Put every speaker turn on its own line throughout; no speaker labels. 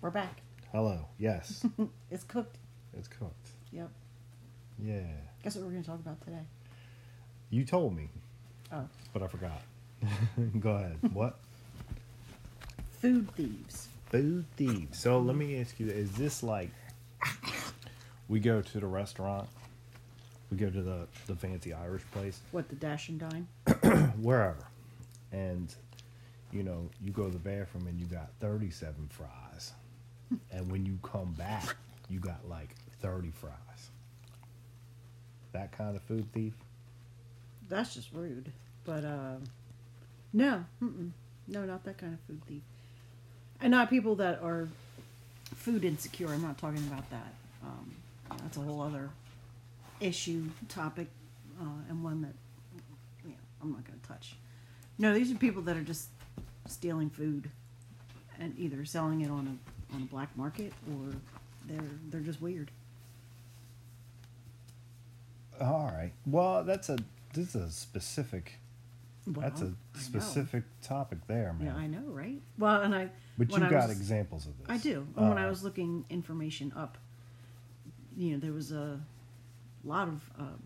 We're back.
Hello. Yes.
It's cooked.
it's cooked.
Yep.
Yeah.
Guess what we're going to talk about today?
You told me,
Oh,
but I forgot. Go ahead. What?
food thieves.
Food thieves. So let me ask you is this like we go to the restaurant? We go to the, the fancy Irish place,
What, the dash and dine?
wherever. And, you know, you go to the bathroom and you got 37 fries. and when you come back, you got like 30 fries. That kind of food thief?
That's just rude. But, uh, no. Mm-mm. No, not that kind of food thief. And not people that are food insecure. I'm not talking about that. Um, that's a whole other issue, topic, uh, and one that yeah, I'm not going to touch. No, these are people that are just stealing food and either selling it on a on a black market or they're they're just weird.
All right. Well, that's a this is a specific that's
Well, I
a
know.
specific topic there, man.
Yeah, I know, right? Well, and I
But
when
you
I
got
was-
examples of this.
I do. And when I
Uh,
was looking information up, you know, there was a lot of um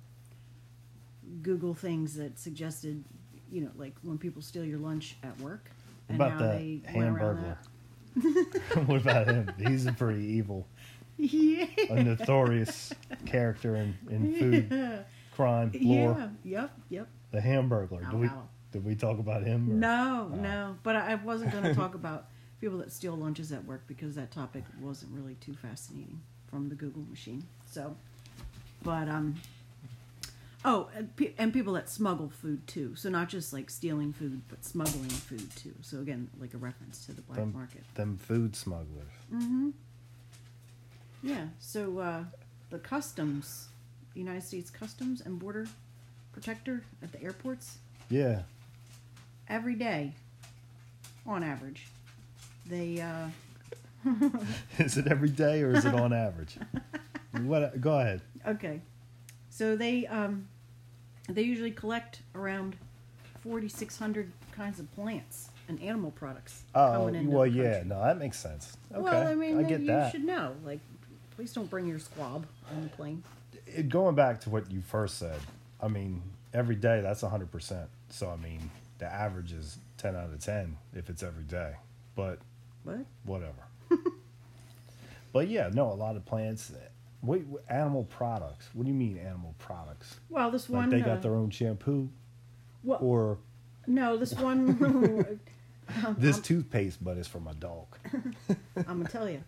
Google things that suggested, you know, like when people steal your lunch at work
What about
how
the
went around
hamburglar?
that.
what about him? He's a pretty evil,
Yeah.
a notorious character in, in food
yeah.
crime lore.
Yep. Yep.
The hamburglar.
Ow,
Do we
ow.
did we talk about him? or-
No,
Wow.
no. But I I wasn't going to talk about people that steal lunches at work because that topic wasn't really too fascinating from the Google machine. So, but um, oh, and, pe- and people that smuggle food too. So not just like stealing food, but smuggling food too. So again, like a reference to the black
Them,
market.
them food smugglers.
Mm. Yeah. So uh, the customs, the United States Customs and Border Protector at the airports,
Yeah.
every day, on average, they. Uh,
Is it every day or is it on average? What? Go ahead.
Okay. So they um, they usually collect around 4,600 kinds of plants and animal products.
Oh,
coming into
well,
the
yeah.
country.
No, that makes sense. Okay,
Well, I mean,
get
you
that.
should know. Like, please don't bring your squab on the plane.
it, going back to what you first said, I mean, every day that's 100%. So, I mean, the average is 10 out of 10 if it's every day, but
What?
whatever. but yeah, no, a lot of plants. What, what- animal products? What do you mean animal products?
Well, this
Like
one.
they
uh,
got their own shampoo
well,
or
no, this one. Oh, um,
this toothpaste, but it's from a dog.
I'm gonna tell you.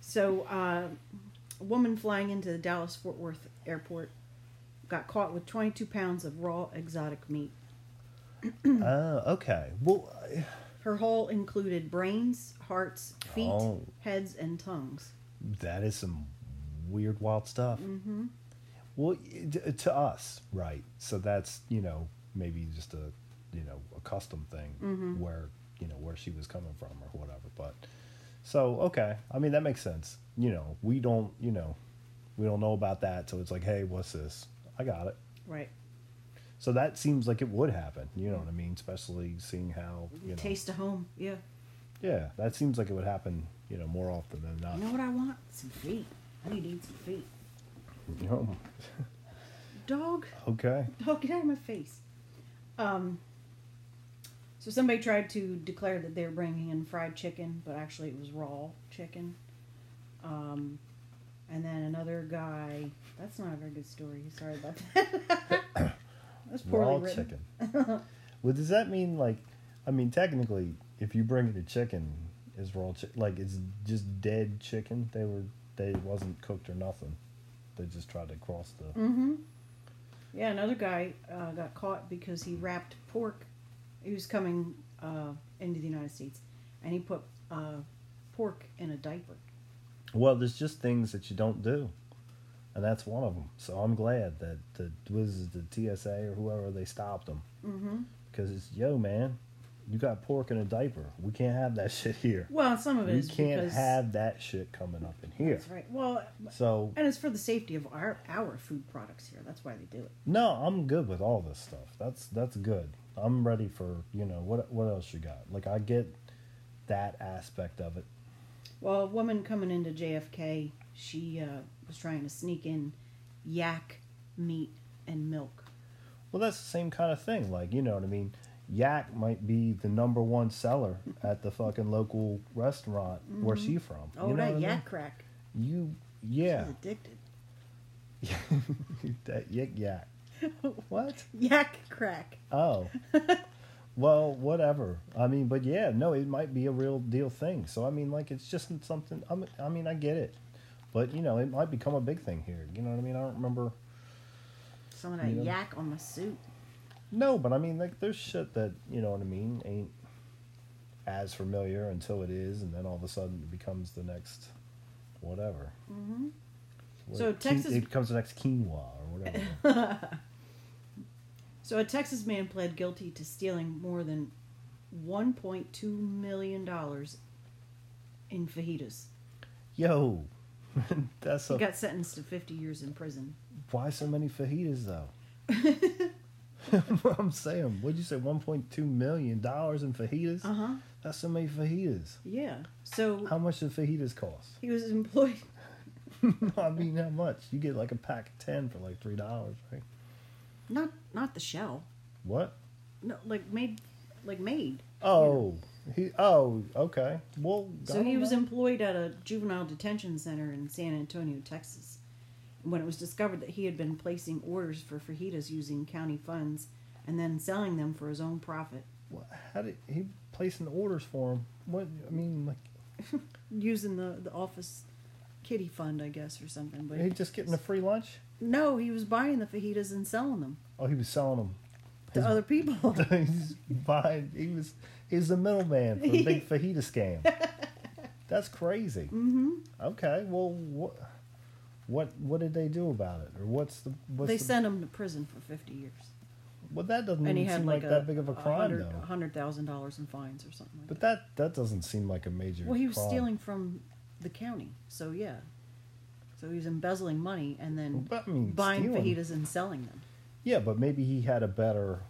So, uh, a woman flying into the Dallas Fort Worth airport got caught with 22 pounds of raw exotic meat.
oh, okay. Well, I-
Her haul included brains, hearts, feet,
Oh.
heads, and tongues.
that is some weird, wild stuff. Mm-hmm. Well, y- t- to us, right? So that's you know maybe just a you know a custom thing where you know where she was coming from or whatever. But so okay, I mean that makes sense. You know we don't you know we don't know about that, so it's like hey, what's this? I got it.
Right.
So that seems like it would happen. You know what I mean? Especially seeing how you know.
Taste of home. Yeah.
Yeah, that seems like it would happen. You know more often than not.
You know what I want? Some feet. I need to eat some feet.
You know?
Dog.
Okay.
Dog, get out of my face. Um. So somebody tried to declare that they were bringing in fried chicken, but actually it was raw chicken. Um, and then another guy. That's not a very good story. Sorry about that. that's poorly
raw
written.
chicken. well, does that mean like, I mean, technically, if you bring in a chicken, is raw chi- like it's just dead chicken? They were they wasn't cooked or nothing. They just tried to cross the.
Mm-hmm. Yeah, another guy uh, got caught because he wrapped pork. He was coming uh, into the United States, and he put uh, pork in a diaper.
Well, there's just things that you don't do, and that's one of them. So I'm glad that the was it the TSA or whoever they stopped them
Mm-hmm.
because it's yo man, you got pork in a diaper. We can't have that shit here.
Well, some of it
We
is
can't
because
have that shit coming up in here.
that's right. Well,
So
and it's for the safety of our our food products here. That's why they do it.
No, I'm good with all this stuff. That's that's good. I'm ready for you know what what else you got. Like I get that aspect of it.
Well, a woman coming into JFK, she uh, was trying to sneak in yak meat and milk.
Well, that's the same kind of thing. Like, you know what I mean? Yak might be the number one seller at the fucking local restaurant where she from.
Oh,
you know
that
what I
yak
mean?
crack.
You, yeah.
She's addicted.
that yik yak. What?
Yak crack.
Oh. well, whatever. I mean, but yeah, no, it might be a real deal thing. So I mean, like, it's just something. I mean, I, mean, I get it, but you know, it might become a big thing here. You know what I mean? I don't remember.
Some of that
You know?
yak on my suit.
No, but I mean, like, there's shit that you know what I mean ain't as familiar until it is, and then all of a sudden it becomes the next whatever. Mm-hmm.
So Texas-
it becomes the next quinoa or whatever.
So, a Texas man pled guilty to stealing more than $1.2 million in fajitas.
Yo, that's
He
a
got sentenced to 50 years in prison.
Why so many fajitas though? I'm saying, what'd you say, 1.2 million dollars in fajitas?
Uh huh.
That's so many fajitas.
Yeah. So,
How much do fajitas cost?
he was employed.
I mean, how much? You get like a pack of ten for like three dollars, right?
Not not the shell.
What?
No, like made. Like made.
Oh, he. Oh, okay. Well, I
So
don't
he was
know.
employed at a juvenile detention center in San Antonio, Texas. When it was discovered that he had been placing orders for fajitas using county funds and then selling them for his own profit,
What- How did he placing orders for him? What? I mean, like
using the, the office kitty fund, I guess, or something. But
he just getting a free lunch?
no, he was buying the fajitas and selling them
Oh, he was selling them.
to other people.
he's buying. He was he was the middleman for the big fajita scam. That's crazy. Mm-hmm. Okay. Well, what what what did they do about it, or what's the what's
they
the,
sent him to prison for 50 years.
Well, that doesn't
And he
even
had
seem
like,
like,
a,
that big of a crime
hundred-
though.
$100,000 in fines or something like
But that that doesn't seem like a major.
that. Well, he was
crime.
stealing from the county, so yeah. So he was embezzling money and then
But, I mean,
buying
stealing-
fajitas and selling them.
Yeah, but maybe he had a better.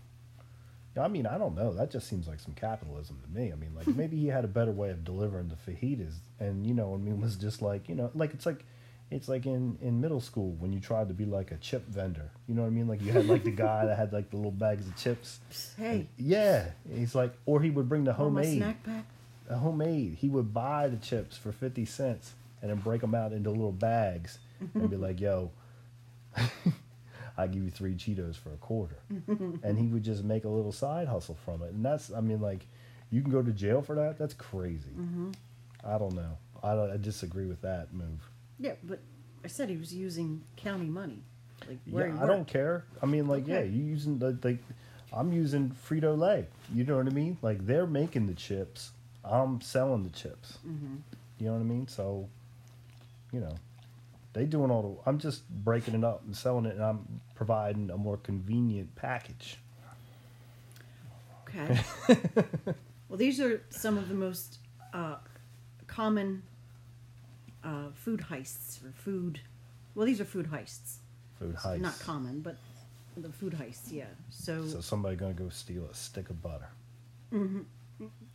I mean, I don't know. That just seems like some capitalism to me. I mean, like maybe he had a better way of delivering the fajitas, and you know, I mean, was just like you know, like it's like, it's like in in middle school when you tried to be like a chip vendor. You know what I mean? Like you had like the guy that had like the little bags of chips.
Hey,
Yeah, he's like, or he would bring the
want my
homemade,
snack pack.
a homemade. He would buy the chips for fifty cents and then break them out into little bags and be like, "Yo, I give you three Cheetos for a quarter," and he would just make a little side hustle from it. And that's, I mean, like, you can go to jail for that. That's crazy. I don't know. I don't. I disagree with that move.
Yeah, but I said he was using county money. Like where he
Yeah, I
worked.
don't care. I mean, like, yeah,
Okay.
you using the like, I'm using Frito Lay. You know what I mean? Like, they're making the chips. I'm selling the chips.
Mm-hmm.
You know what I mean? So, you know, they doing all the. I'm just breaking it up and selling it, and I'm providing a more convenient package.
Okay. well, these are some of the most uh, common uh, food heists or food. Well, these are food heists.
Food heist.
Not common, but the food heists. Yeah. So,
So somebody gonna go steal a stick of butter.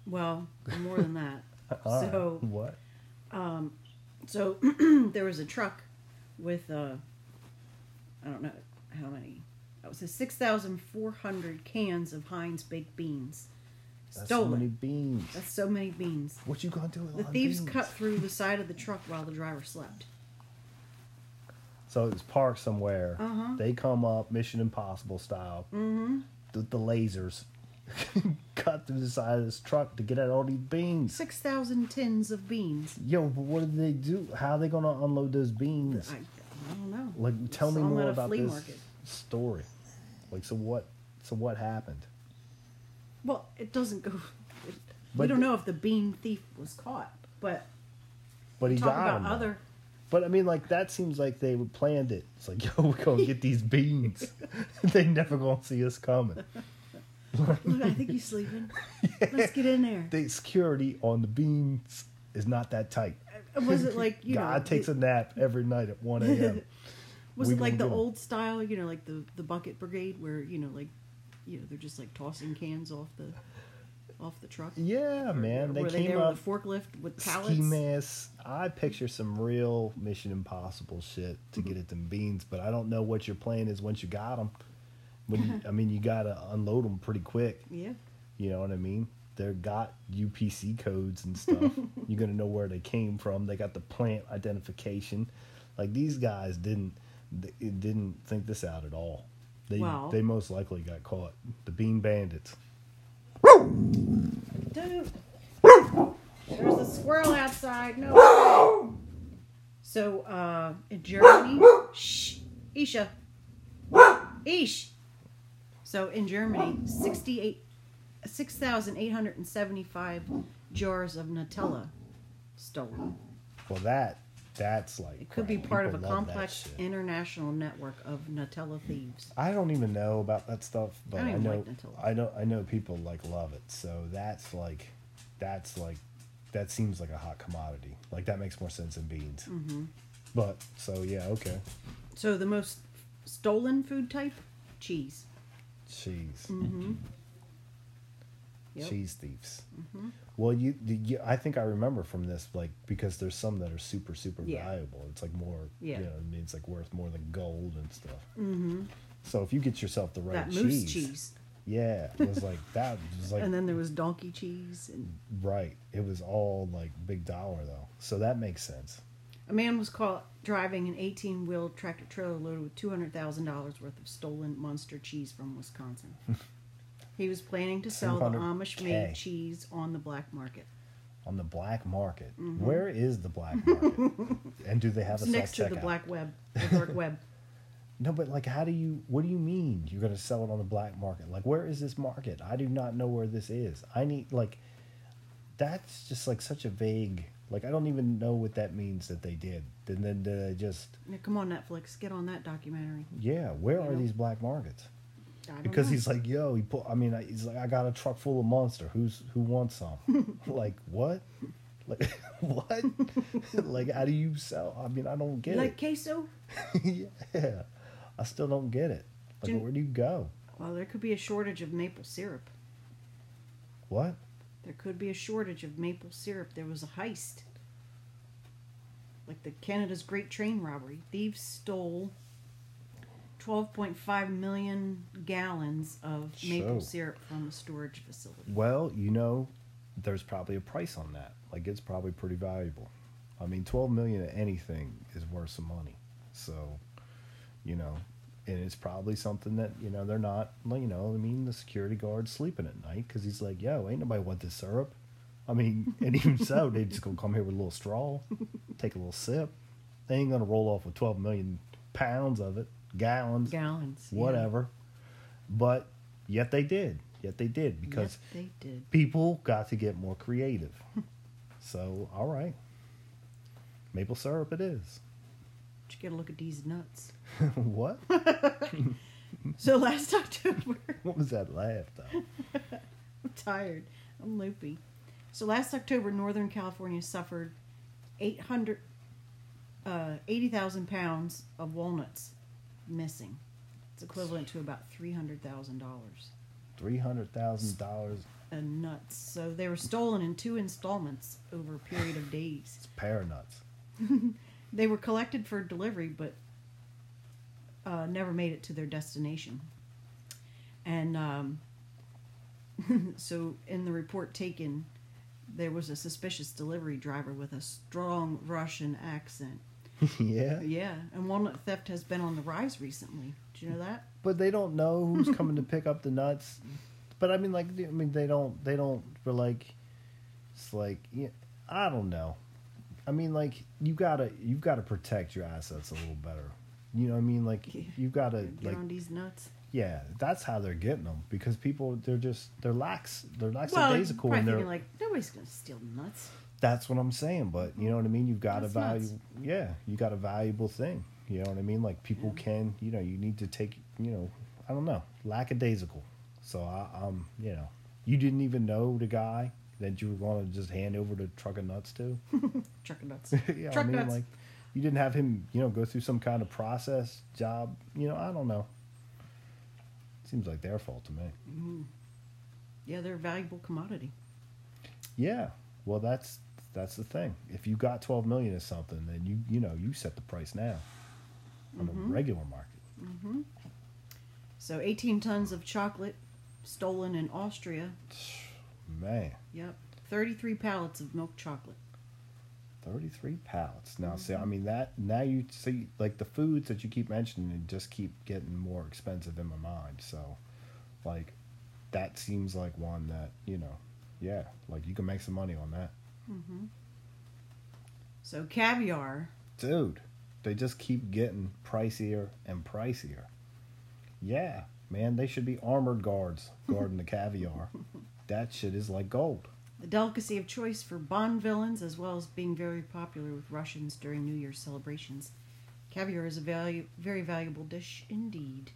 well, more than that.
All right.
so
what?
So there was a truck with uh, I don't know how many. It was six thousand four hundred cans of Heinz baked beans
That's
stolen.
so many beans.
That's so many beans.
what you gonna do with
The
all them
thieves
beans?
cut through the side of the truck while the driver slept.
So it was parked somewhere.
Uh-huh. Mm-hmm.
They come up Mission Impossible style with the lasers, cut through the side of this truck to get at all these beans.
Six thousand tins of beans.
Yo, but what did they do? How are they gonna unload those beans?
I, I don't know.
like, tell me
Saw 'em
more
at a
about
flea
this
market.
story. Like, so what? So what happened?
Well, it doesn't go. It, we
But-
don't know if the bean thief was caught, but
But he
talk
got
about
'em, though.
other.
But I mean, like that seems like they would planned it. It's like, yo, we're gonna get these beans. they never gonna see us coming.
Look, I think he's sleeping. Let's get in there.
The security on the beans is not that tight.
was it like you
God
know
takes
the-
a nap every night at 1 a.m.
was
we
it like
gonna
the
do 'em.
old style you know like the the bucket brigade where you know like you know they're just like tossing cans off the off the truck?
Yeah, man. They
Were they
came
there
up
with a forklift with pallets?
ski mask. I picture some real Mission Impossible shit to
Mm-hmm.
get at them beans, but I don't know what your plan is once you got them. When you, I mean, you gotta unload them pretty quick.
Yeah.
You know what I mean? They're got UPC codes and stuff. You're gonna know where they came from. They got the plant identification. Like these guys didn't th- didn't think this out at all. They
Well-
they most likely got caught. The bean bandits.
Dude, there's a squirrel outside. No way. So, uh, in Germany, shh, Isha, Ish. So in Germany, 68 6,875 jars of Nutella stolen.
Well, that that's like
It could be
crap.
part of a
People love that
complex
shit.
international network of Nutella thieves.
I don't even know about that stuff, but
don't
I,
even
know
like Nutella.
I know I know people like love it. So that's like that's like that seems like a hot commodity. Like that makes more sense than beans. Mm-hmm. But so yeah, okay,
So the most stolen food type? Cheese.
cheese,
Mm-hmm. Yep. Mm-hmm.
cheese thieves. Well, you, the- you, I think I remember from this like because there's some that are super super
Yeah.
valuable. It's like more,
Yeah.
you know, what I mean, it's like worth more than gold and stuff. Mm-hmm. So if you get yourself the right
That
cheese,
moose cheese.
yeah, it was like that was like
And then there was donkey cheese, and
Right. It was all like big dollar though. So that makes sense.
a man was caught driving an 18-wheel tractor trailer loaded with two hundred thousand dollars worth of stolen monster cheese from Wisconsin. he was planning to sell the
200K.
Amish-made cheese on the black market.
On the black market. Where is the black market? and do they have
Mm-hmm. It's
a
next to
self
the
checkout?
black web, the dark web.
No, but like how do you what do you mean you're gonna sell it on the black market? Like where is this market? I do not know where this is. I need like that's just like such a vague like I don't even know what that means that they did. And then did they just
Now, come on, Netflix, get on that documentary.
yeah, where are
know?
these black markets?
I don't
because
know.
he's like, yo, he pull. I mean, I- he's like, I got a truck full of monster. Who's who wants some? like what? Like what? like how do you sell? I mean, I don't
You
get
like queso.
it. yeah, I still don't get it. Like
Do-
where do you go?
Well, there could be a shortage of maple syrup.
What?
There could be a shortage of maple syrup. There was a heist. Like the Canada's Great Train Robbery. Thieves stole 12.5 million gallons of maple
So-
syrup from a storage facility.
Well, you know, there's probably a price on that. Like it's probably pretty valuable. I mean, twelve million of anything is worth some money. So, you know, and it's probably something that you know they're not. You know, I mean, the security guard's sleeping at night because he's like, "Yo, ain't nobody want this syrup." I mean, and even so, they just gonna come here with a little straw, take a little sip. They ain't gonna roll off with twelve million pounds of it, gallons,
Gallons. yeah.
whatever. But yet they did. Yet they did because
Yep, they did.
people got to get more creative. so, all right. Maple syrup it is.
But you gotta look at these nuts.
what?
So last October,
What was that laugh though?
I'm tired. I'm loopy. So last October, Northern California suffered 800, uh, 80,000 pounds of walnuts missing. It's equivalent to about $300,000
$300,000
in nuts. So they were stolen in two installments over a period of days.
pear nuts.
They were collected for delivery, but uh, never made it to their destination. And um, so, in the report taken, there was a suspicious delivery driver with a strong Russian accent.
yeah.
Yeah, and walnut theft has been on the rise recently. Do you know that?
But they don't know who's coming to pick up the nuts. But I mean like I mean they don't they don't we're like it's like yeah, I don't know. I mean like you got to you got to protect your assets a little better. You know what I mean like
Yeah.
you got to
Get
like
on these nuts.
Yeah, that's how they're getting them because people they're just they're lax they're
Well, you're
lackadaisical
probably
and they're
thinking like nobody's gonna steal nuts.
that's what I'm saying. But you know what I mean. You've got
That's
a value.
nuts.
Yeah, you got a valuable thing. You know what I mean. Like people can you know you need to take you know I don't know lackadaisical. So I, I'm you know you didn't even know the guy that you were going to just hand over the truck of nuts to.
Truck of nuts.
yeah,
Truck
I mean,
nuts.
like you didn't have him, you know, go through some kind of process job. You know, I don't know. Seems like their fault to me.
Yeah, they're a valuable commodity.
Yeah. Well, that's that's the thing. If you got 12 million or something, then you you know you set the price now on the regular market.
So 18 tons of chocolate stolen in Austria.
Man,
Yep. 33 pallets of milk chocolate.
33 pallets. Now, see, I mean that now you see like the foods that you keep mentioning and just keep getting more expensive in my mind. So, like that seems like one that you know, yeah, like you can make some money on that,
So caviar.
dude. They just keep getting pricier and pricier. Yeah, man, they should be armored guards guarding the caviar. That shit is like gold.
The delicacy of choice for Bond villains, as well as being very popular with Russians during New Year's celebrations. Caviar is a value, very valuable dish indeed.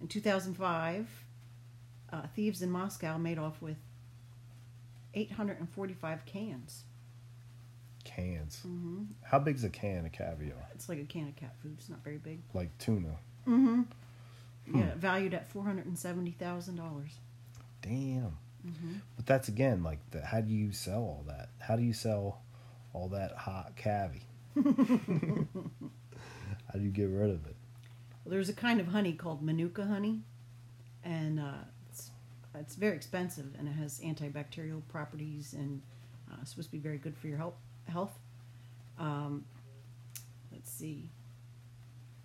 In 2005, uh, thieves in Moscow made off with 845 cans.
Cans. How big's a can of caviar?
It's like a can of cat food. It's not very big.
Like tuna.
Yeah, valued at $470,000.
Damn. But that's again like the, how do you sell all that? How do you sell all that hot cavi? how do you get rid of it?
Well, there's a kind of honey called Manuka honey, and uh, it's, it's very expensive, and it has antibacterial properties and uh, it's supposed to be very good for your health. Health. Um, let's see.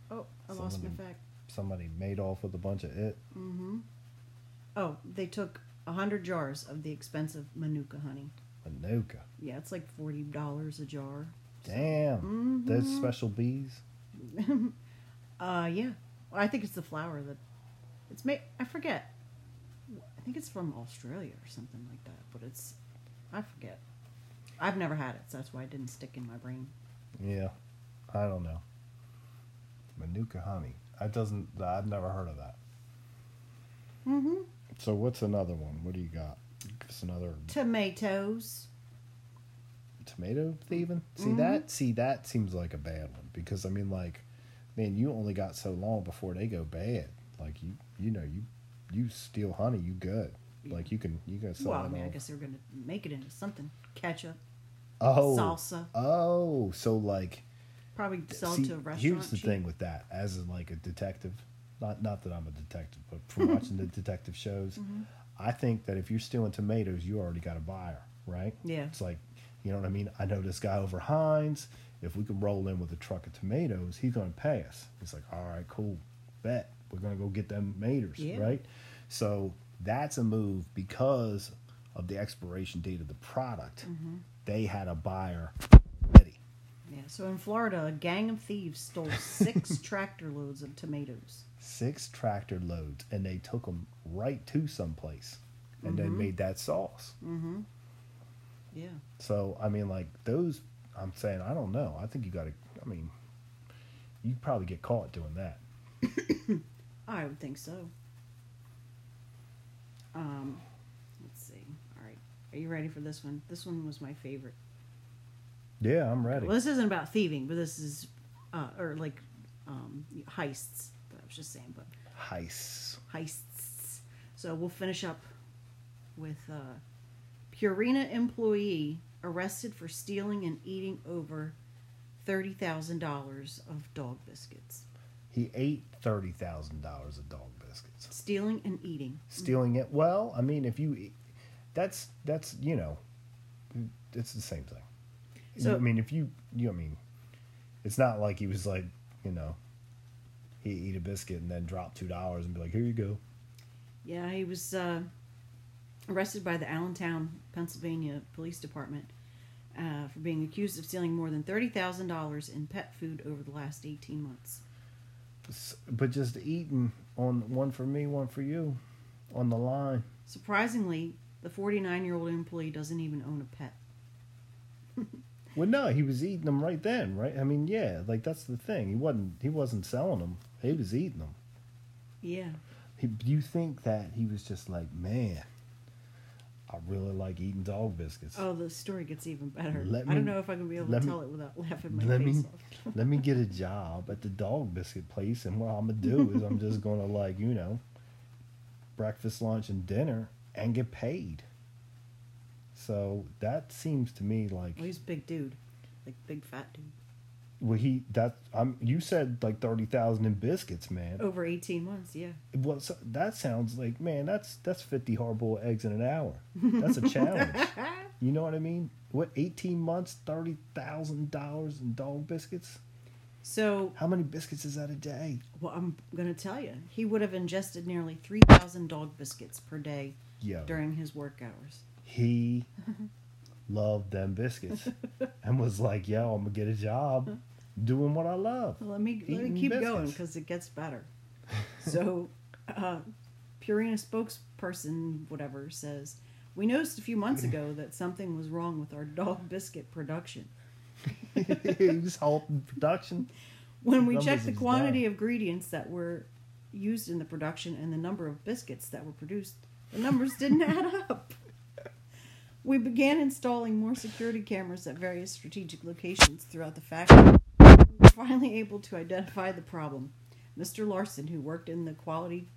Oh, I lost my
Someone-
fact.
Somebody made off with a bunch of it.
Oh, they took a hundred jars of the expensive Manuka honey.
Manuka.
Yeah, it's like forty dollars a jar.
Damn. Those special bees.
Uh, yeah. Well, I think it's the flower that it's made. I forget. I think it's from Australia or something like that. But it's I forget. I've never had it, so that's why it didn't stick in my brain.
Yeah. I don't know. Manuka honey. That doesn't I've never heard of that.
Mm-hmm.
So what's another one? What do you got? Just another
Tomatoes.
tomato thieving. See
Mm-hmm.
that? See that seems like a bad one because I mean, like, man, you only got so long before they go bad. Like you, you know, you you steal honey, you good. Like you can you can sell
well, I
it
mean, I
off.
guess they were gonna make it into something. Ketchup,
oh
salsa.
oh, so like
Probably sell
see,
it to a restaurant.
Here's the
cheap.
thing with that, as in, like a detective, not not that I'm a detective, but from watching the detective shows,
Mm-hmm.
I think that if you're stealing tomatoes, you already got a buyer, right?
Yeah.
It's like, you know what I mean? I know this guy over Hines. If we can roll in with a truck of tomatoes, he's gonna pay us. He's like, all right, cool, bet we're gonna go get them maters,
Yeah.
right? So that's a move because of the expiration date of the product.
Mm-hmm.
They had a buyer ready.
Yeah. So in Florida, a gang of thieves stole six tractor loads of tomatoes.
six tractor loads and they took them right to someplace and then made that sauce.
Yeah.
So, I mean, like those, I'm saying, I don't know. I think you got to, I mean, you probably get caught doing that.
I would think so. Um, let's see. All right. Are you ready for this one? This one was my favorite.
Yeah, I'm ready.
Well, this isn't about thieving, but this is, uh, or like um, heists. But I was just saying, but
Heists.
heists. So we'll finish up with uh, Purina employee arrested for stealing and eating over $30,000 of dog biscuits.
He ate $30,000 of dog biscuits.
Stealing and eating.
Stealing it. Well, I mean, if you, eat- that's, that's, you know, it's the same thing.
So-
I mean, if you, you, I mean, it's not like he was like, you know, he eat a biscuit and then drop two dollars and be like, here you go.
Yeah, he was uh, arrested by the Allentown, Pennsylvania Police Department uh, for being accused of stealing more than $30,000 in pet food over the last 18 months.
S- But just eating on one for me, one for you, on the line.
Surprisingly, the 49 year old employee doesn't even own a pet.
Well, no, he was eating them right then, right? I mean, yeah, like that's the thing. He wasn't, he wasn't selling them. He was eating them.
Yeah.
He, you think that he was just like, man, I really like eating dog biscuits.
Oh, the story gets even better.
Let
I don't
me-
know if I can be able to
let me-
tell it without laughing my
let
face
me
off.
let me get a job at the dog biscuit place and what i'm gonna do is i'm just gonna like you know breakfast lunch and dinner and get paid. So that seems to me like
Well, he's a big dude, like big fat dude.
well, he that I'm you said like thirty thousand in biscuits, man.
Over eighteen months, yeah.
Well, so that sounds like man, that's that's fifty hard-boiled eggs in an hour. That's a challenge. you know what I mean? What eighteen months, thirty thousand dollars in dog biscuits?
So
How many biscuits is that a day?
Well, I'm going to tell you, he would have ingested nearly 3,000 dog biscuits per day
Yo,
during his work hours.
he loved them biscuits and was like, "Yo, I'm gonna get a job doing what I love."
Let me let
Eating
me keep going 'cause going
biscuits.
because it gets better. so, uh, Purina spokesperson, whatever, says we noticed a few months ago that something was wrong with our dog biscuit production.
he was halting production.
When we
Numbers
checked the
is
quantity of ingredients that were used in the production and the number of biscuits that were produced, the numbers didn't add up. We began installing more security cameras at various strategic locations throughout the factory. We were finally able to identify the problem. Mr. Larson, who worked in the quality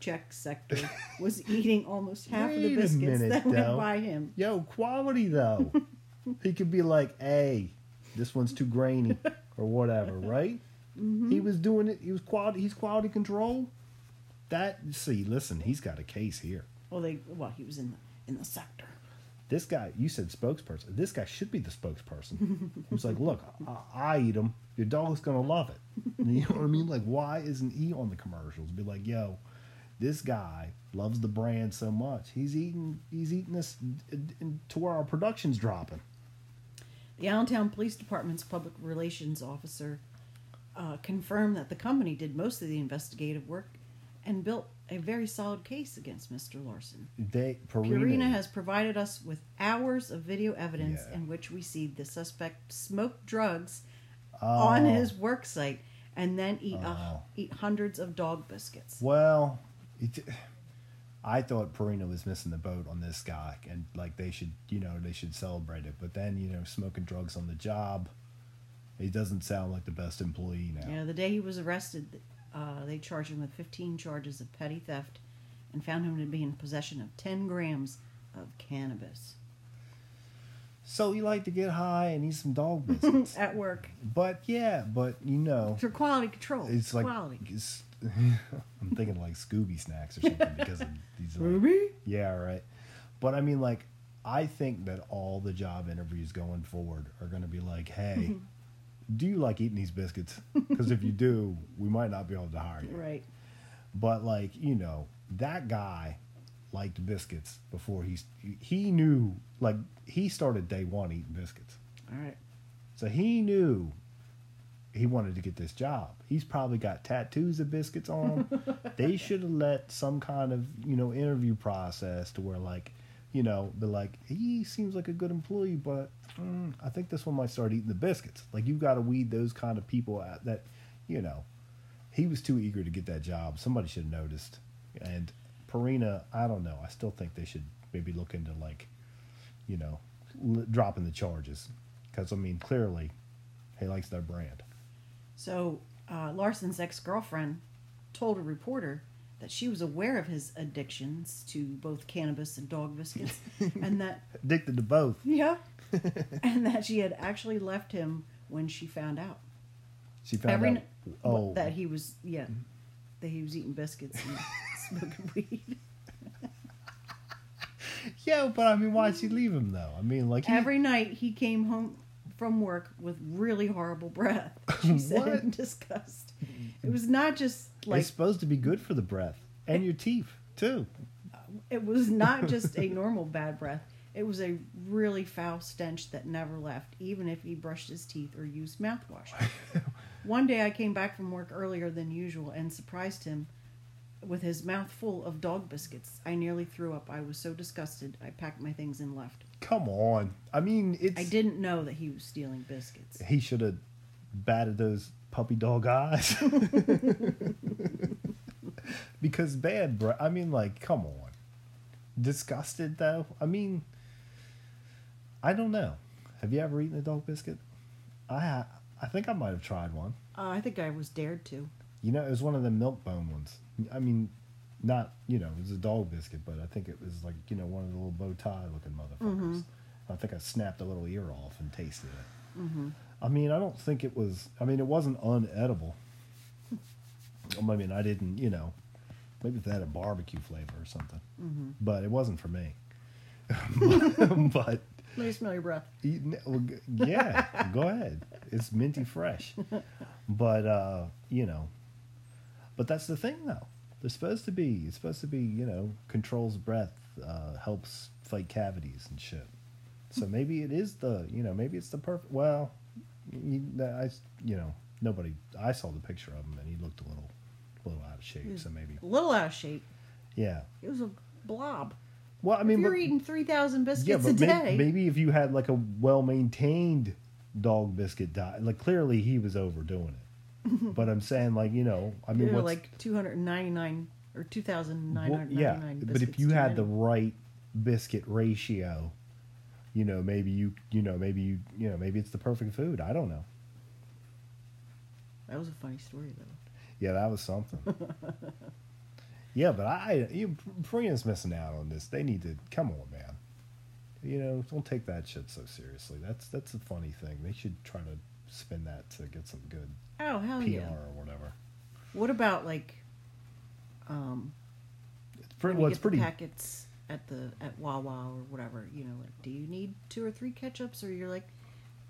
check sector, was eating almost half of the
Wait a
biscuits
minute,
that
though.
went by him.
Yo, quality though. he could be like, "Hey, this one's too grainy," or whatever, right? He was doing it. He was quality. He's quality control. That see, listen, he's got a case here.
Well, they well, he was in the in the sector.
This guy, you said spokesperson. This guy should be the spokesperson. he was like, "Look, I, I eat them. Your dog's gonna love it." You know what I mean? Like, why isn't he on the commercials? Be like, "Yo, this guy loves the brand so much. He's eating. He's eating this uh, uh, to where our production's dropping."
The Allentown Police Department's public relations officer uh, confirmed that the company did most of the investigative work and built a very solid case against Mr. Larson.
They Purina,
Purina has provided us with hours of video evidence
Yeah.
in which we see the suspect smoke drugs
Oh,
on his work site and then eat, uh,
Oh.
eat hundreds of dog biscuits.
Well, it, I thought Perino was missing the boat on this guy, and like they should, you know, they should celebrate it. But then, you know, smoking drugs on the job, he doesn't sound like the best employee now.
You know, the day he was arrested, uh, they charged him with 15 charges of petty theft and found him to be in possession of 10 grams of cannabis.
So he liked to get high and eat some dog biscuits.
at work
but yeah, but you know,
for quality control.
it's like
quality.
it's- I'm thinking like Scooby snacks or something because of these. Like, Yeah, right. But I mean, like, I think that all the job interviews going forward are going to be like, hey, do you like eating these biscuits? Because if you do, we might not be able to hire you.
Right.
But like, you know, that guy liked biscuits before he he knew like he started day one eating biscuits,
All right.
so he knew he wanted to get this job. He's probably got tattoos of biscuits on. him. they should have let some kind of you know interview process to where like you know be like he seems like a good employee, but mm, I think this one might start eating the biscuits. Like you've got to weed those kind of people out that you know he was too eager to get that job. Somebody should have noticed. And Perina, I don't know. I still think they should maybe look into like you know l- dropping the charges because I mean clearly he likes their brand.
So uh, Larson's ex-girlfriend told a reporter that she was aware of his addictions to both cannabis and dog biscuits, and that
Addicted to both.
yeah, and that she had actually left him when she found out.
She found
Every
out.
n-
oh,
that he was yeah, that he was eating biscuits and smoking weed.
yeah, but I mean, why'd she leave him though? I mean, like he,
Every night he came home from work with really horrible breath. She said
What?
in disgust. It was not just like
it's supposed to be good for the breath and your teeth too.
it was not just a normal bad breath. It was a really foul stench that never left, even if he brushed his teeth or used mouthwash. One day I came back from work earlier than usual and surprised him with his mouth full of dog biscuits. I nearly threw up. I was so disgusted. I packed my things and left.
Come on, I mean, it's
I didn't know that he was stealing biscuits.
he should have batted those puppy dog eyes because bad breath. I mean, like, come on, disgusted though. I mean, I don't know. Have you ever eaten a dog biscuit? I ha- I think I might have tried one.
Uh, I think I was dared to.
You know, it was one of the milk bone ones. I mean, not you know it was a dog biscuit, but I think it was like you know one of the little bow tie looking motherfuckers. I think I snapped a little ear off and tasted it. I mean, I don't think it was. I mean, it wasn't unedible. I mean, I didn't. You know, maybe if it had a barbecue flavor or something, but it wasn't for me. but
Let me smell your breath.
you kn- well, g- yeah, go ahead. It's minty fresh. But uh, you know, but that's the thing though. They're supposed to be. It's supposed to be. You know, controls breath, uh, helps fight cavities and shit.
Hmm.
So maybe it is the. You know, maybe it's the perfect. Well, you, I. You know, nobody. I saw the picture of him and he looked a little, a little out of
Hmm.
shape. So maybe.
A little out of shape.
Yeah.
It was a blob.
Well, I mean,
if you're
but-
eating 3,000 biscuits a
may-
day.
maybe if you had like a well maintained dog biscuit diet, like clearly he was overdoing it. but I'm saying, like you know, I mean,
There were
what's,
like 299 or
well,
2,999
yeah, but if
biscuits
you
too
had the
many.
right biscuit ratio, you know, maybe you, you know, maybe you, you know, maybe it's the perfect food. I don't know.
That was a funny story, though.
Yeah, that was something. yeah, but I, you, Prina's missing out on this. They need to come on, man. You know, don't take that shit so seriously. That's that's a funny thing. They should try to spin that to get some good
Oh, hell
PR
yeah.
or whatever.
What about, like, um,
It's pretty.
when
Well,
you
it's
get the
pretty.
packets at the at Wawa or whatever, you know, like, do you need two or three ketchups? Or you're like,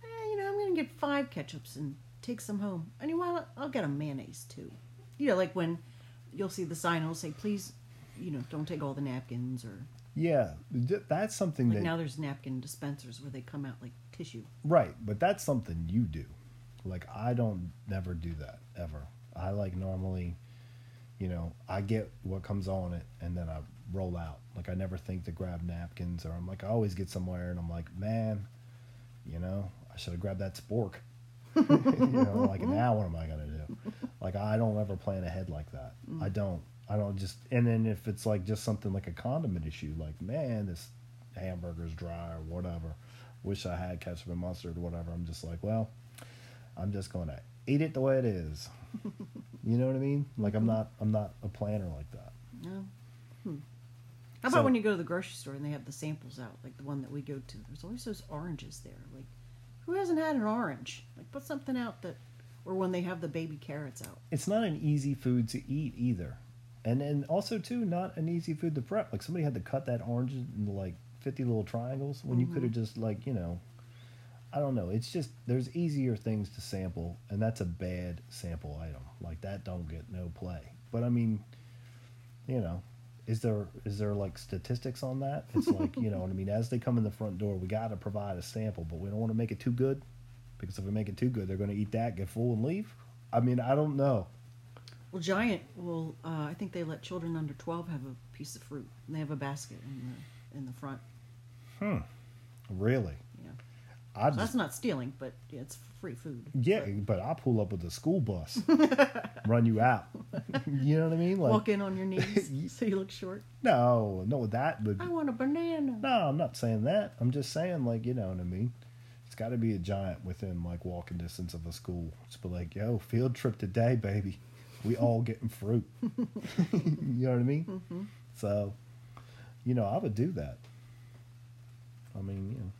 eh, you know, I'm going to get five ketchups and take some home. And you want, I'll get a mayonnaise, too. You know, like when you'll see the sign, it'll say, please, you know, don't take all the napkins or
Yeah, th- that's something
Like
that
now there's napkin dispensers where they come out like tissue.
right, but that's something you do. Like I don't never do that ever. I like normally, you know, I get what comes on it and then I roll out. Like I never think to grab napkins or I'm like I always get somewhere and I'm like, man, you know, I should have grabbed that spork. you know, like now what am I gonna do? Like I don't ever plan ahead like that. I don't. I don't just. And then if it's like just something like a condiment issue, like man, this hamburger's dry or whatever. Wish I had ketchup and mustard or whatever. I'm just like, well, I'm just gonna eat it the way it is. you know what I mean? Like I'm not. I'm not a planner like that.
No. Hmm. How about
So-
when you go to the grocery store and they have the samples out, like the one that we go to? There's always those oranges there. Like, who hasn't had an orange? Like, put something out that, or when they have the baby carrots out.
It's not an easy food to eat either. And and also too not an easy food to prep. Like somebody had to cut that orange into like fifty little triangles when you could have just like, you know, I don't know. It's just there's easier things to sample, and that's a bad sample item. Like that don't get no play. But I mean, you know, is there is there like statistics on that? It's like you know what I mean. As they come in the front door, we got to provide a sample, but we don't want to make it too good because if we make it too good, they're going to eat that, get full, and leave. I mean, I don't know.
Well, Giant will. Uh, I think they let children under 12 have a piece of fruit, and they have a basket in the in the front.
Really,
Yeah,
I
so
just
that's not stealing, but yeah, it's free food.
yeah, but I pull up with a school bus, run you out. you know what I mean? Like
Walk in on your knees so you look short.
no, no, that would
I want a banana.
No, I'm not saying that. I'm just saying, like, you know what I mean? It's got to be a giant within, like, walking distance of a school. Just be like, yo, field trip today, baby. We all getting fruit. you know what I mean?
Mm-hmm.
So, you know, I would do that. I mean, you know,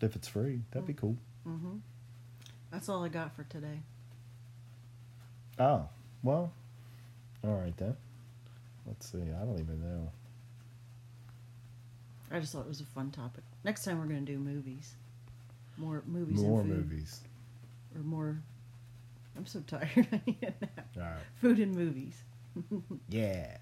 if it's free, that'd be cool.
That's all I got for today.
Oh, well, all right then. Let's see. I don't even know.
I just thought it was a fun topic. Next time we're going to do movies. More movies
More
and food.
movies.
Or more. I'm so tired. I need a nap.
All right.
Food and movies.
Yeah.